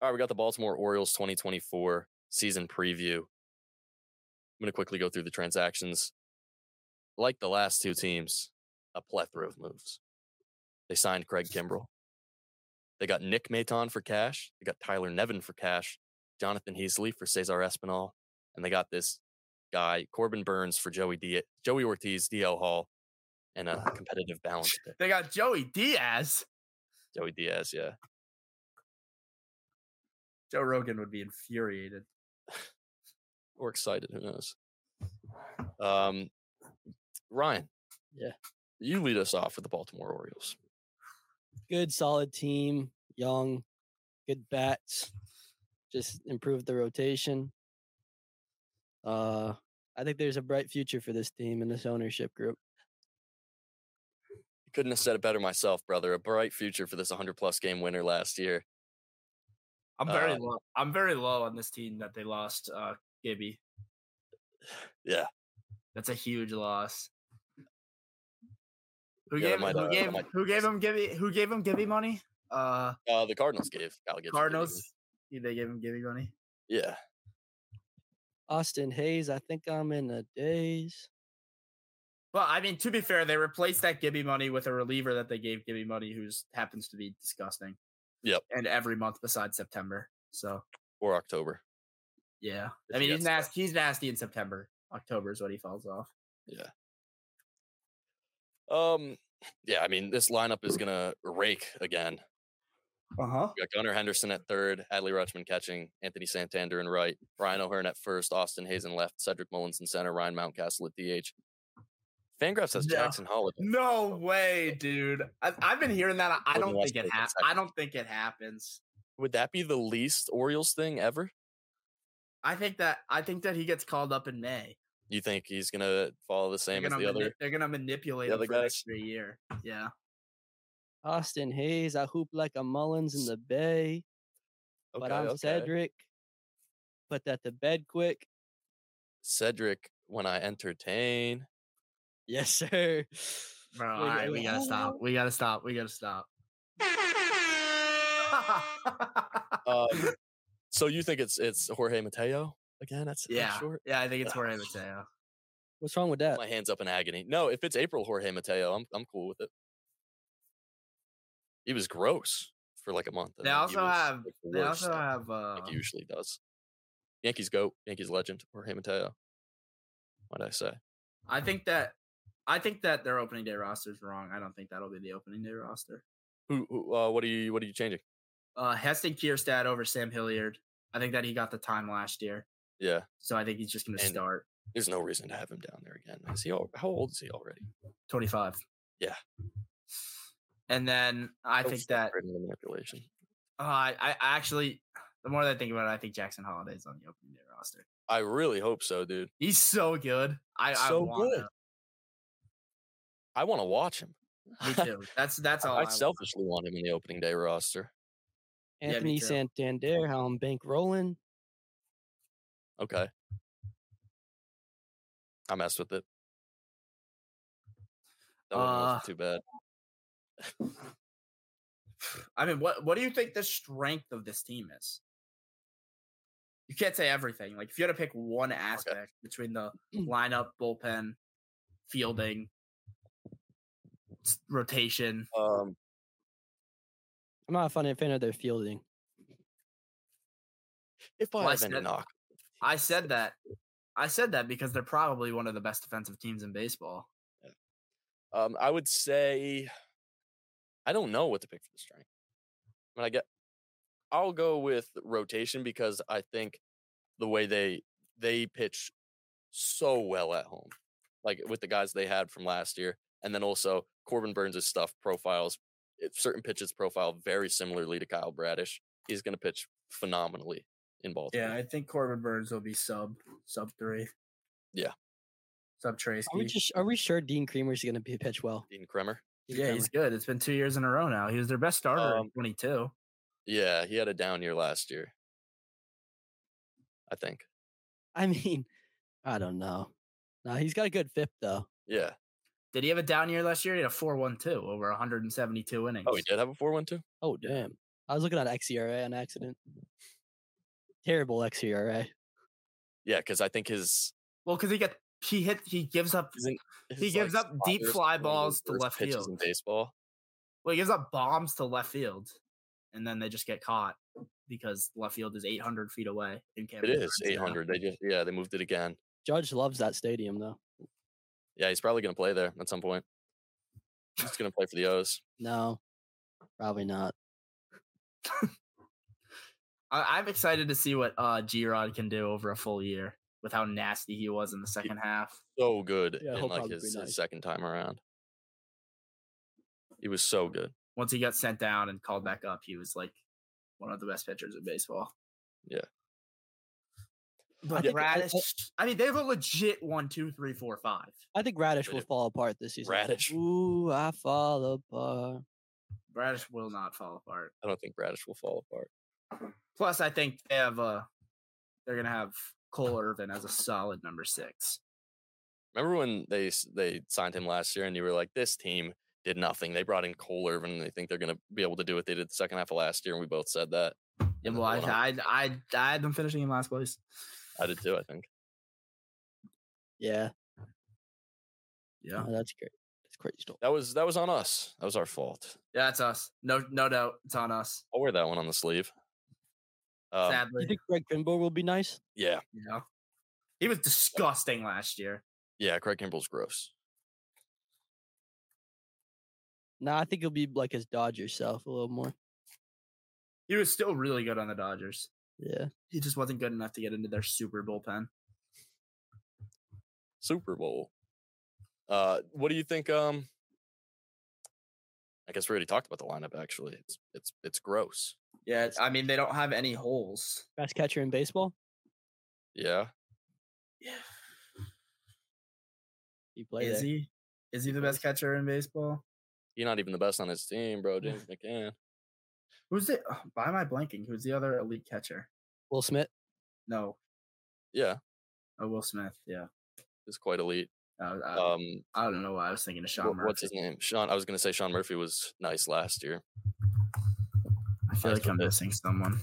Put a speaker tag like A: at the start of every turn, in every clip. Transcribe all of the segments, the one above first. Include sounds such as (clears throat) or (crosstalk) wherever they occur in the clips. A: All right, we got the Baltimore Orioles 2024 season preview. I'm going to quickly go through the transactions. Like the last two teams, a plethora of moves. They signed Craig Kimbrell. They got Nick Maton for cash. They got Tyler Nevin for cash. Jonathan Heasley for Cesar Espinal. And they got this guy, Corbin Burns, for Joey, Dia- Joey Ortiz, DL Hall, and a competitive balance pick.
B: They got Joey Diaz.
A: Joey Diaz, yeah.
B: Joe Rogan would be infuriated.
A: or excited. Who knows? Um, Ryan.
C: Yeah.
A: You lead us off with the Baltimore Orioles.
C: Good, solid team. Young, good bats. Just improved the rotation. Uh, I think there's a bright future for this team and this ownership group.
A: Couldn't have said it better myself, brother. A bright future for this 100 plus game winner last year.
B: I'm very
A: Uh,
B: low. I'm very low on this team that they lost uh Gibby.
A: Yeah.
B: That's a huge loss. Who
A: Yeah, that
B: gave
A: might,
B: who
A: uh, that
B: gave
A: might-
B: who gave him Gibby who gave him Gibby money? Uh
A: Uh, the Cardinals gave Kyle Gibson.
B: Cardinals. Yeah, They gave him Gibby money.
A: Yeah.
C: Austin Hayes, I think I'm in a daze.
B: Well, I mean, to be fair, they replaced that Gibby money with a reliever that they gave Gibby money, who's happens to be disgusting.
A: Yep.
B: And every month besides September. So
A: Or October.
B: yeah,
A: If he
B: I mean, he's
A: gets
B: nasty. He's nasty in September. October is when he falls off.
A: Yeah. Um, yeah, I mean, this lineup is gonna rake again.
B: Uh huh.
A: We got Gunnar Henderson at third, Adley Rutschman catching, Anthony Santander in right, Ryan O'Hearn at first, Austin Hayes in left, Cedric Mullins in center, Ryan Mountcastle at DH. Fangraphs has
B: No.
A: Jackson Holiday.
B: No way, dude. I've, I've been hearing that. I- I
A: Jordan
B: don't think
A: Westbrook
B: it
A: in
B: happens.
A: second.
B: I don't think it happens.
A: Would that be the least Orioles thing ever?
B: I think that I think that he gets called up in May.
A: You think he's gonna follow the same
B: they're
A: as
B: gonna
A: the
B: mani-
A: other?
B: they're gonna manipulate
A: other
B: him for an
A: guys?
B: extra year. Yeah.
C: Austin Hayes, I hoop like a Mullins in the Bay, but
A: Okay,
C: I'm
A: okay.
C: Cedric. Put that to bed quick. (laughs)
A: Cedric, when I entertain.
C: Yes, sir.
B: Bro,
C: Wait,
B: all right,
C: wait,
B: we gotta
C: hold
B: stop.
C: on.
B: We gotta stop. We gotta (laughs) stop.
A: Um,
B: (laughs)
A: so you think it's it's Jorge Mateo again? That's that's
B: yeah,
A: short?
B: yeah. I think (laughs) it's Jorge Mateo.
C: What's wrong with that?
A: My hands up in agony. No, if it's April Jorge Mateo, I'm I'm cool with it. He was gross for like a month. and
B: They
A: then he
B: also
A: was,
B: have.
A: like,
B: They
A: worse
B: also
A: than
B: have. Uh,
A: Yankee usually does. Yankees go. Yankees legend Jorge Mateo. What'd I say?
B: I think that. I think that their opening day roster is wrong. I don't think that'll be the opening day roster.
A: Who? who uh, what are you? What are you changing?
B: Uh, Heston Kierstad over Sam Hilliard. I think that he got the time last year,
A: Yeah,
B: so I think he's just going to
A: And-
B: start
A: there's no reason to have him down there again. Is he? All, how old is he already?
B: 25.
A: Yeah.
B: And then I think that
A: the manipulation.
B: uh, I, I actually, the more that I think about it, I think Jackson Holiday's on the opening day roster.
A: I really hope so, dude.
B: He's so good. I
A: So
B: I wanna,
A: good. I want to watch him.
B: Me
C: (laughs)
B: too. That's that's all.
A: (laughs)
B: I,
A: I
B: want.
A: selfishly want him in the opening day roster.
B: yeah, me
C: Anthony
B: too.
C: Santander, how I'm bank rolling.
A: Okay. I messed with it. That one
B: Uh,
A: wasn't too bad.
B: I mean, what what do you think the strength of this team is? You can't say everything. Like if you had to pick one aspect between (clears throat) the lineup, bullpen, fielding, s- rotation,
A: Um,
C: I'm not a fan fan of their fielding.
A: if I
B: Well, I
A: have any
B: said-
A: knock,
B: I said that. I said that because they're probably one of the best defensive teams in baseball.
A: um, I would say I don't know what to pick for the strength. I mean, I get I'll go with rotation because I think the way they they pitch so well at home, like with the guys they had from last year, and then also Corbin Burns' stuff profiles it- certain pitches profile very similarly to Kyle Bradish. He's going to pitch phenomenally in Baltimore.
B: Yeah, I think Corbin Burns will be sub sub three.
A: Yeah.
B: Sub Trace.
C: Are we just are we sure Dean Creamer's gonna be pitch well?
A: Dean Kremer.
C: Dean
B: Yeah, he's good. It's been two years in a row now. He was their best starter
A: Um,
B: in 22.
A: Yeah, he had a down year last year. I think.
C: I mean, (laughs) I don't know. Nah, he's got a good FIP though.
A: Yeah.
B: Did he have a down year last year? He had a 4 1 2 over 172 innings.
A: Oh, he did have a four one two.
C: Oh damn. I was looking at XERA on accident. Terrible E XERA.
A: Yeah, because I think his
B: Well, because he got he hit he gives up
A: isn't
B: He gives up deep fly balls to left
A: pitches
B: field.
A: in baseball.
B: well he gives up bombs to left field, and then they just get caught because left field is 800 feet away. In
A: It is 800. They just yeah they moved it again.
C: Judge loves that stadium though.
A: Yeah, he's probably gonna play there at some point. He's gonna play for the O's.
C: No, probably not.
B: I, I'm excited to see what uh G Rod can do over a full year with how nasty he was in the second half.
A: So good
C: Yeah,
A: in
C: he'll
A: like
C: probably
A: his,
C: be
A: his
C: nice.
A: second time around. He was so good.
B: Once he got sent down and called back up, he was like one of the best pitchers in baseball.
A: Yeah.
B: But
C: Yeah, I- I-
B: Radish, I mean, they have a legit one, two, three, four, five.
C: I think Radish
A: But
C: will
A: if-
C: fall apart this season.
A: Radish-
C: Ooh, I fall apart.
B: Radish will not fall apart.
A: I don't think Radish will fall apart.
B: Plus, I think they have uh they're gonna have Cole Irvin as a solid number six.
A: Remember when they s- they signed him last year, and you were like, "This team did nothing. They brought in Cole Irvin, and they think they're going to be able to do what they did the second half of last year." And we both said that.
B: Yeah,
A: and
B: well, I,
A: then they went
B: I, I, I had them finishing in last place.
A: on. I did too. I think.
C: Yeah,
B: Yeah,
C: oh, that's great. That's crazy. Stuff.
A: That was that was on us. That was our fault.
B: yeah, it's us. No, no doubt, it's on us.
A: I'll wear that one on the sleeve. Um,
C: You
B: Sadly,
C: think Greg Kimbrel will be nice?
A: yeah,
B: you know, he was disgusting last year.
A: yeah. Craig Kimball's gross.
C: No, I think he'll be like his Dodger self a little more.
B: He was still really good on the Dodgers.
C: Yeah,
B: He just wasn't good enough to get into their Super bullpen.
A: Super Bowl. Uh, what do you think? Um, I guess we already talked about the lineup. Actually, it's it's it's gross.
B: Yeah, I mean they don't have any holes.
C: best catcher in baseball.
A: Yeah,
B: Yeah,
C: He played
B: is
C: there.
B: he? Is he the best catcher in baseball?
A: he's not even the best on his team, bro. James McCann.
B: Who's the? oh, why am I blanking? Who's the other elite catcher?
C: Will Smith.
B: No,
A: Yeah,
B: oh, Will Smith. Yeah,
A: is quite elite.
B: Uh, I-
A: Um,
B: I don't know why I was thinking of Sean
A: Wha-
B: Murphy.
A: What's his name? Sean. I was gonna say Sean Murphy was nice last year.
B: I feel
A: Nice
B: like I'm
A: with it.
B: missing someone.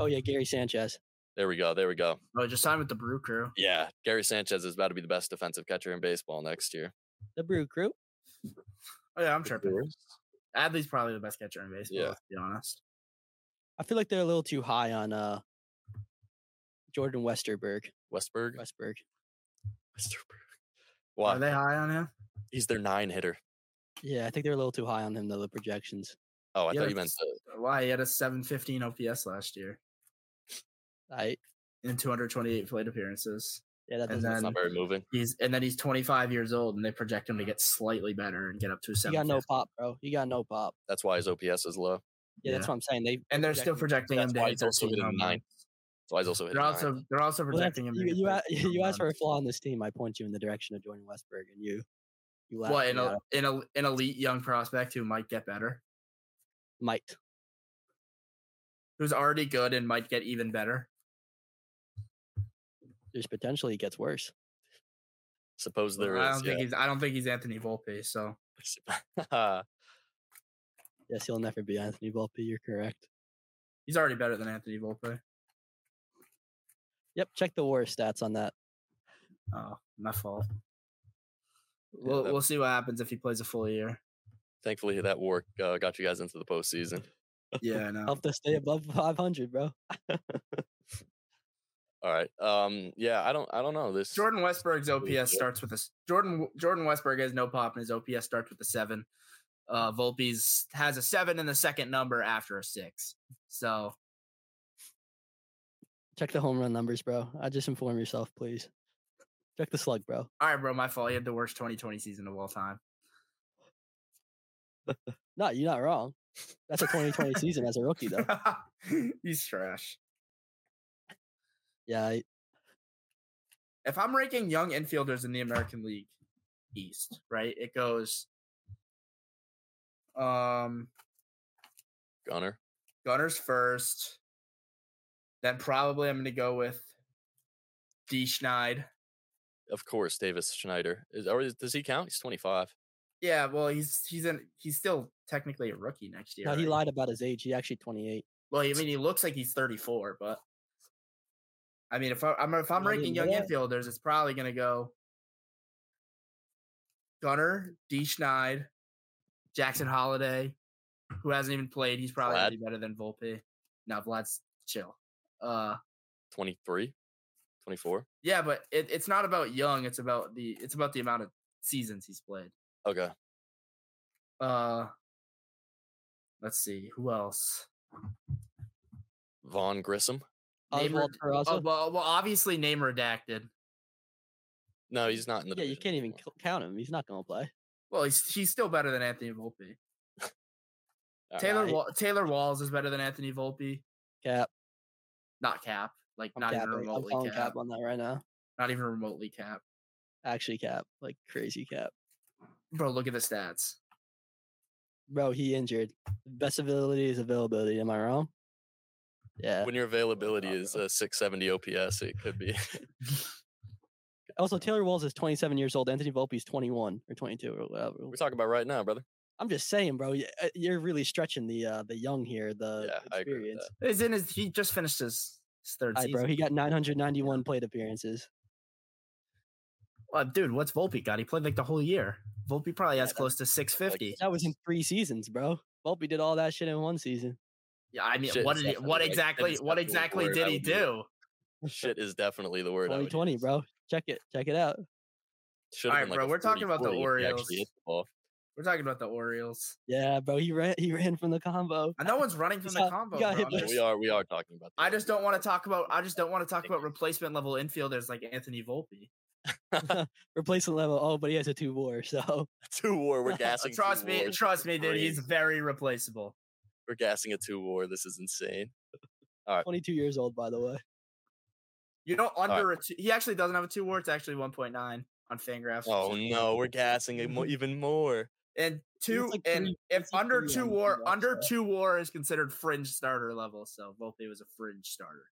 C: Oh yeah, Gary Sanchez.
A: There we go. There we go.
B: Oh, just signed with the Brew Crew.
A: Yeah, Gary Sanchez is about to be the best defensive catcher in baseball next year.
C: The Brew Crew.
B: Oh yeah, I'm
A: The
B: tripping.
A: Brewers?
B: Adley's probably the best catcher in baseball.
A: Yeah.
B: To be honest.
C: I feel like they're a little too high on uh Jordan Westerberg.
A: Westberg.
C: Westberg.
A: Westerberg.
B: Are
A: Why?
B: they high on him?
A: He's their nine hitter.
C: Yeah, I think they're a little too high on him though. The projections.
A: Oh, I
B: Yeah,
A: thought you meant
B: it's-
A: the,
B: Why he had a 715 OPS last year
C: I
B: in 228 plate appearances.
C: yeah, that
B: And
C: doesn't.
A: it's not
B: then
A: very moving.
B: he's and then he's 25 years old, and they project him to get slightly better and get up to a
C: He got
B: 7.
C: no pop, bro. He got no pop.
A: That's why his OPS is low.
C: Yeah, that's what I'm saying. They
B: and they're still projecting him
A: That's
B: to
A: why
B: hit
A: he's also
B: 13
A: hitting
B: home
A: nine.
B: runs.
A: That's why he's also hitting
B: They're
A: nine.
B: also they're also
C: Well, that's-
B: projecting him. to
C: you,
B: hit
C: you, a-
B: 13 home
C: you asked for a
B: runs.
C: flaw in this team. I point you in the direction of Jordan Westberg, and you you laugh
B: what
C: me
B: an, el-
C: out.
B: an, el- an elite young prospect who might get better,
C: might.
B: who's already good and might get even better.
C: There's potentially it gets worse.
A: Suppose there
B: I
A: is.
B: don't think he's. I don't think he's Anthony Volpe. So
A: yeah.
C: Yes, he'll never be Anthony Volpe. You're correct.
B: he's already better than Anthony Volpe.
C: Yep, check the war stats on that.
B: Oh, my fault. We'll
A: that-
B: we'll see what happens if he plays a full year.
A: (laughs) Thankfully, that work uh, got you guys into the postseason.
B: Yeah, I know.
C: Helped us stay above 500, bro.
A: All right. Um. Yeah. I don't. I don't know this.
B: Jordan Westberg's
A: Holy
B: OPS
A: shit.
B: starts with a s- Jordan Jordan Westberg has no pop and his OPS starts with a seven. Uh, Volpe's has a seven in the second number after a six. So
C: Check the home run numbers, bro. I just inform yourself, please. Check the slug, bro.
B: all right, bro, my fault. He had the worst 2020 season of all time.
C: No, you're not wrong. That's a 2020 season as a
A: (laughs)
C: rookie, though.
B: (laughs) He's trash.
C: Yeah, I-
B: If I'm ranking young infielders in the American League East, right? It goes um
A: Gunner.
B: Gunners first. Then probably I'm going to go with D. Schneid.
A: Of course, Davis Schneider is. Or is, does he count? He's twenty five.
B: Yeah, well, he's he's in he's still technically a rookie next year.
C: No, he
B: right?
C: lied about his age. He actually 28.
B: Well, I mean, he looks like he's 34, but I mean, if I, I'm if I'm
C: Yeah, I
B: ranking young
C: didn't know that.
B: infielders, it's probably gonna go Gunner, D. Schneid, Jackson Holiday, who hasn't even played. He's probably
A: Vlad.
B: gonna be better than Volpe. No, Vlad's chill. Uh,
A: 23, 24.
B: yeah, but it, it's not about young. It's about the it's about the amount of seasons he's played.
A: Okay.
B: Uh, let's see who else.
A: Vaughn Grissom.
B: Neighbor-
C: Oswald Peraza.
B: Oh, well, well, obviously name redacted.
A: No, he's not in the
C: yeah, you
A: division
C: can't even
A: anymore.
C: c- count him. He's not going to play.
B: Well, he's he's still better than Anthony Volpe.
A: All
B: Taylor
C: right.
B: Wa- Taylor Walls is better than Anthony Volpe.
C: Cap.
B: Not cap, like
C: I'm
B: not even
C: capping. I'm
B: remotely
C: calling
B: cap.
C: cap on that right now.
B: Not even remotely cap.
C: Actually, cap. Like crazy cap.
B: Bro, look at the stats.
C: Bro, he injured. Best ability is availability. Am I wrong? Yeah.
A: When your availability
B: (laughs)
C: not,
A: is
C: bro.
A: uh, 670 OPS, it could be. (laughs)
C: Also, Taylor Walls is 27 years old. Anthony Volpe's 21 or 22 or whatever.
A: We're talking about right now, brother.
C: I'm just saying, bro. y- uh, You're really stretching the uh, the young here. The
A: Yeah, I agree with
C: experience.
B: Is in his he just finished his, his third
C: Aye,
B: season.
C: bro. He got 991 plate appearances.
B: Well, dude, what's Volpe got? He played like the whole year. Volpe probably has
C: Yeah, that-
B: close to six fifty.
C: That was in three seasons, bro. Volpe did all that shit in one season.
B: Yeah, I mean,
A: Shit,
B: what did he,
A: Stefan,
B: what
A: like, that
B: exactly
A: is
B: what
A: definitely
B: exactly
A: where
B: did
A: I
B: he
A: would be.
B: do?
A: Shit is definitely the word. I would
C: 2020,
A: use.
C: bro. Check it. Check it out.
A: Should've
B: All right,
A: been like
B: bro,
A: a
B: we're talking about
A: 40-40
B: the
A: if he actually
B: Orioles.
A: hit the
C: (laughs)
A: ball.
B: We're talking about the Orioles.
C: Yeah, bro. He ran. He ran from the combo.
B: And no one's running
C: (laughs)
B: from the
C: got-
B: combo.
C: he got
B: bro.
C: hit
B: I'm
C: by-
A: Yeah,
B: just-
A: we are. We are talking about. the
B: I just don't want to talk about. I just don't want to talk
A: Thank
B: about
A: you.
B: replacement level infielders like Anthony Volpe. Uh,
C: Replacement level. Oh, but he has a two war. (laughs) So
A: (laughs) two war. We're gassing. two
B: (laughs) Trust me,
A: wars.
B: trust me, dude. He's
A: crazy.
B: very replaceable.
A: We're gassing a two war. This is insane.
C: 22 years old, by the way.
B: You don't
A: right.
B: under a two, he actually doesn't have a two war. It's actually one point nine on Fangraphs.
A: Oh no, we're gassing it mo-
C: (laughs)
A: even more.
B: and two
C: like
B: and
C: three-
B: if
C: it's like
B: under
C: three
B: two
C: on
B: war
C: Fangraphs,
B: under
C: though.
B: two war is considered fringe starter level. So Volpe was a fringe starter.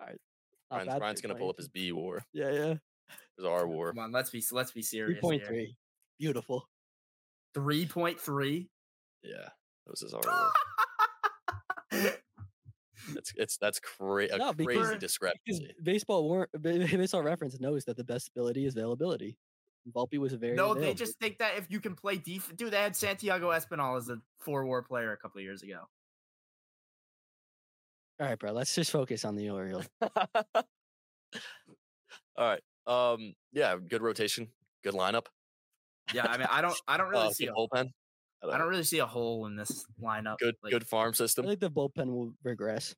C: Not
A: Brian's,
C: bad
A: Brian's
C: for
A: gonna pull up his
C: 22.
A: B war.
C: Yeah, yeah.
A: His R war.
B: Come on, let's be let's be serious.
C: 3.3. Beautiful.
B: Three point three. (laughs)
A: Yeah, that was his R war. That's it's that's cra- a
C: No, because-
A: crazy
B: Because-
C: Because (laughs)
A: discrepancy.
C: baseball war- ba- baseball reference knows that the best ability is availability. Volpe was very
B: No, they
C: available.
B: just think that if you can play defense, dude, they had Santiago Espinal as a four war player a couple of years ago.
C: all right, bro. Let's just focus on the Orioles.
A: All right. Um. Yeah. Good rotation. Good lineup.
B: Yeah, I mean, I don't, I don't really
A: Uh,
B: see,
A: good
B: a,
A: bullpen.
B: I don't really see a hole in this lineup.
A: Good.
B: like-
A: Good farm
C: I
A: system.
C: think the bullpen will regress.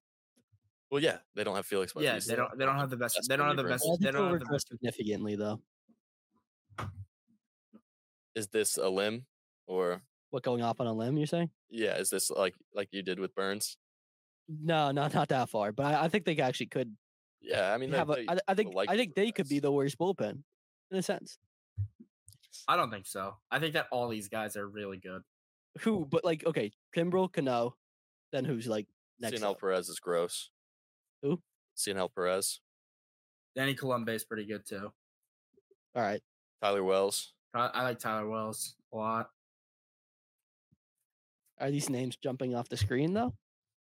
A: Well, yeah. They don't have Felix.
B: Yeah,
A: Bautista.
B: they don't, they don't have the best,
A: That's
B: they don't have the
A: reliever.
B: best,
C: I think
B: they
C: it'll
B: don't have the
C: regress
B: best.
C: significantly, though.
A: Is this a limb or?
C: What going off on a limb? You're saying?
A: Yeah. Is this like like you did with Burns?
C: No, not not that far. But I, I think they actually could
A: Yeah. I mean, they-
C: have.
A: they-
C: a, I, I think
A: like
C: I
A: to
C: think they could be
A: regress.
C: the worst bullpen in a sense.
B: I don't think so. I think that all these guys are really good.
C: Who? But like, okay, Kimbrel, Cano, then who's like next?
A: Sinal
C: up?
A: Perez is gross.
C: Who?
A: Sinal Perez,
B: Danny Columbe is pretty good too.
C: All right,
A: Tyler Wells.
B: I, I like Tyler Wells a lot.
C: are these names jumping off the screen though?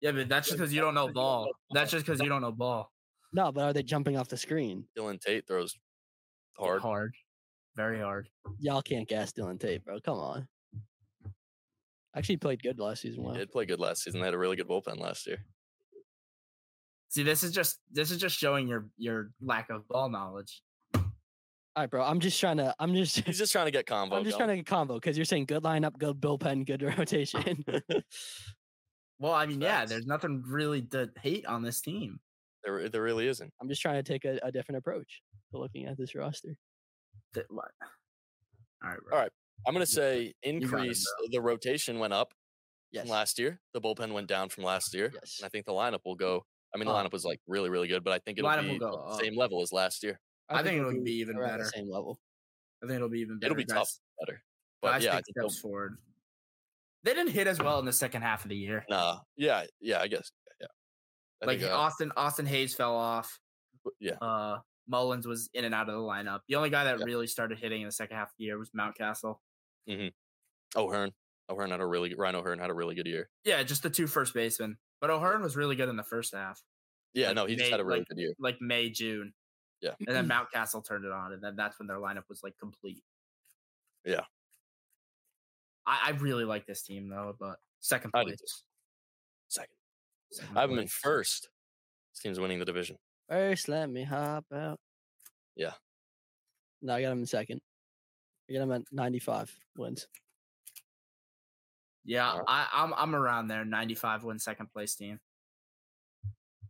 B: Yeah, but that's just because you don't know
A: (laughs)
B: ball. That's just because you don't know ball.
C: No, but are they jumping off the screen?
A: Dylan Tate throws hard.
B: hard, very hard.
C: Y'all can't gas Dylan Tate, bro. Come on. Actually played good last season. Wow.
A: He did play good last season. They had a really good bullpen last year.
B: See, this is just this is just showing your your lack of ball knowledge.
C: All right, bro. I'm just trying to. I'm just.
A: He's just trying to get convo.
C: I'm just
A: going.
C: trying to get combo because you're saying good lineup, good bullpen, good (laughs) rotation.
B: Well, I mean, yeah,
A: Facts.
B: there's nothing really to hate on this team.
A: There, there really isn't.
C: I'm just trying to take a, a different approach to looking at this roster.
B: Th- what? All right, bro.
A: All right, I'm going to
B: You got
A: say increase. The rotation went up
C: Yes.
A: from last year. The bullpen went down from last year.
C: Yes.
A: And I think the lineup will go. I mean, the
C: Up.
A: lineup was like really, really good, but I think it'll
B: Lineup will
A: be
B: go
A: on the
B: up.
A: same level as last year.
B: I think
C: it'll
B: it'll be even
C: around the
B: better.
C: Same level.
B: I think it'll be even better.
A: It'll be tough,
B: guys.
A: better. But
B: Guys
A: yeah, I
B: take
A: think they'll-
B: steps forward. They didn't hit as well in the second half of the year.
A: nah, yeah, yeah, I guess, yeah. I
B: like
A: think, uh,
B: Austin, Austin Hayes fell off.
A: yeah,
B: Uh, Mullins was in and out of the lineup. The only guy that
A: Yeah.
B: really started hitting in the second half of the year was Mountcastle.
A: O'Hearn. O'Hearn Oh, had a really good Ryan O'Hearn had a really good year.
B: Yeah, just the two first basemen. But O'Hearn was really good in the first half,
A: Yeah,
B: Like,
A: no, he just
B: they-
A: had a really
B: like-
A: good year.
B: like May, June.
A: Yeah.
B: And then Mountcastle turned it on, and then that's when their lineup was like complete.
A: Yeah.
B: I, I really like this team though, but second
A: I do
B: place.
A: Second.
B: Second
A: I have him in
B: place.
A: first. This team's winning the division.
C: First, let me hop out.
A: Yeah.
C: No, I got him in second. I got him at 95 wins.
B: Yeah,
A: Alright.
B: I, I'm I'm around there. 95 win second place team.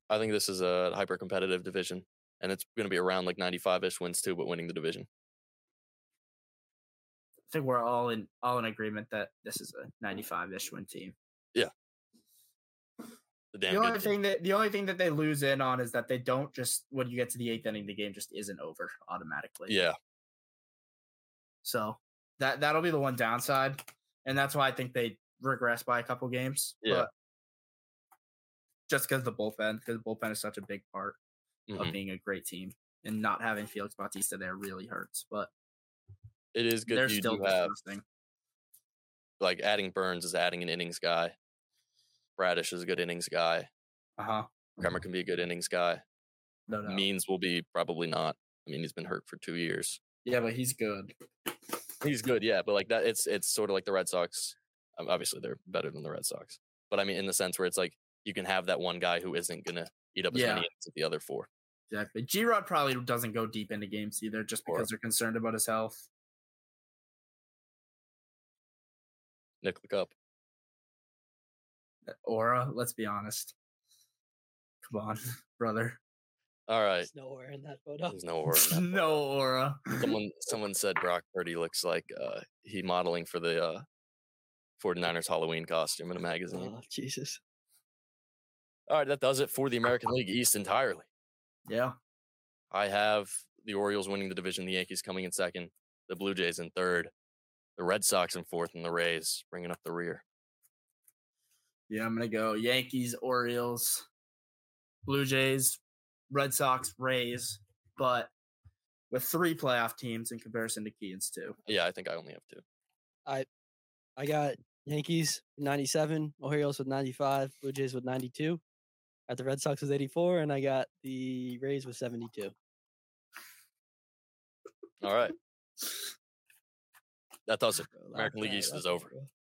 A: I think this is a hyper competitive division. And it's gonna be around like ninety five ish wins too, but winning the division.
B: I think we're all in all in agreement that this is a 95-ish win team.
A: The damn
B: the
A: good
B: only
A: team.
B: thing that the only thing that they lose in on is that they don't just when you get to the eighth inning, the game just isn't over automatically.
A: Yeah.
B: So that that'll be the one downside, and that's why I think they regress by a couple games.
A: Yeah.
B: just because the bullpen, because the bullpen is such a big part
A: mhm.
B: of being a great team, and not having Felix Bautista there really hurts. But
A: It is good
B: they're
A: you
B: still
A: do have
B: disgusting.
A: like adding Burns is adding an innings guy. Bradish is a good innings guy.
B: Uh huh.
A: Kramer can be a good innings guy.
B: No, no.
A: Means will be probably not. I mean, he's been hurt for two years.
B: yeah, but he's good.
A: He's good, yeah, but like that, it's it's sort of like the Red Sox. Um, obviously, they're better than the Red Sox, but I mean, in the sense where it's like you can have that one guy who isn't gonna eat up as
B: Yeah.
A: many innings as the other four.
B: Exactly. G Rod probably doesn't go deep into games either, just
A: Or-
B: because they're concerned about his health.
A: Nick look up.
B: Aura, let's be honest. Come on, (laughs) brother.
A: All right,
C: It's nowhere in that photo.
A: there's no
C: (laughs)
A: word. in that.
B: no aura.
A: Someone someone said Brock Purdy looks like uh, he modeling for the uh, 49ers Halloween costume in a magazine.
C: Oh, Jesus.
A: All right, that does it for the American League East entirely.
B: (laughs) Yeah.
A: I have the Orioles winning the division, the Yankees coming in second, the Blue Jays in third, the Red Sox in fourth, and the Rays bringing up the rear.
B: Yeah, I'm gonna go Yankees, Orioles, Blue Jays, Red Sox, Rays, but with three playoff teams in comparison to Keaton's two.
A: Yeah, I think I only have two.
C: I got Yankees 97, Orioles with 95, Blue Jays with 92. Got the Red Sox with 84, and I got the Rays with 72.
A: All right. That does it.
C: Bro, laugh
A: American
C: it
A: League
C: out,
A: East
C: laugh
A: is
C: it out,
A: over.
C: bro.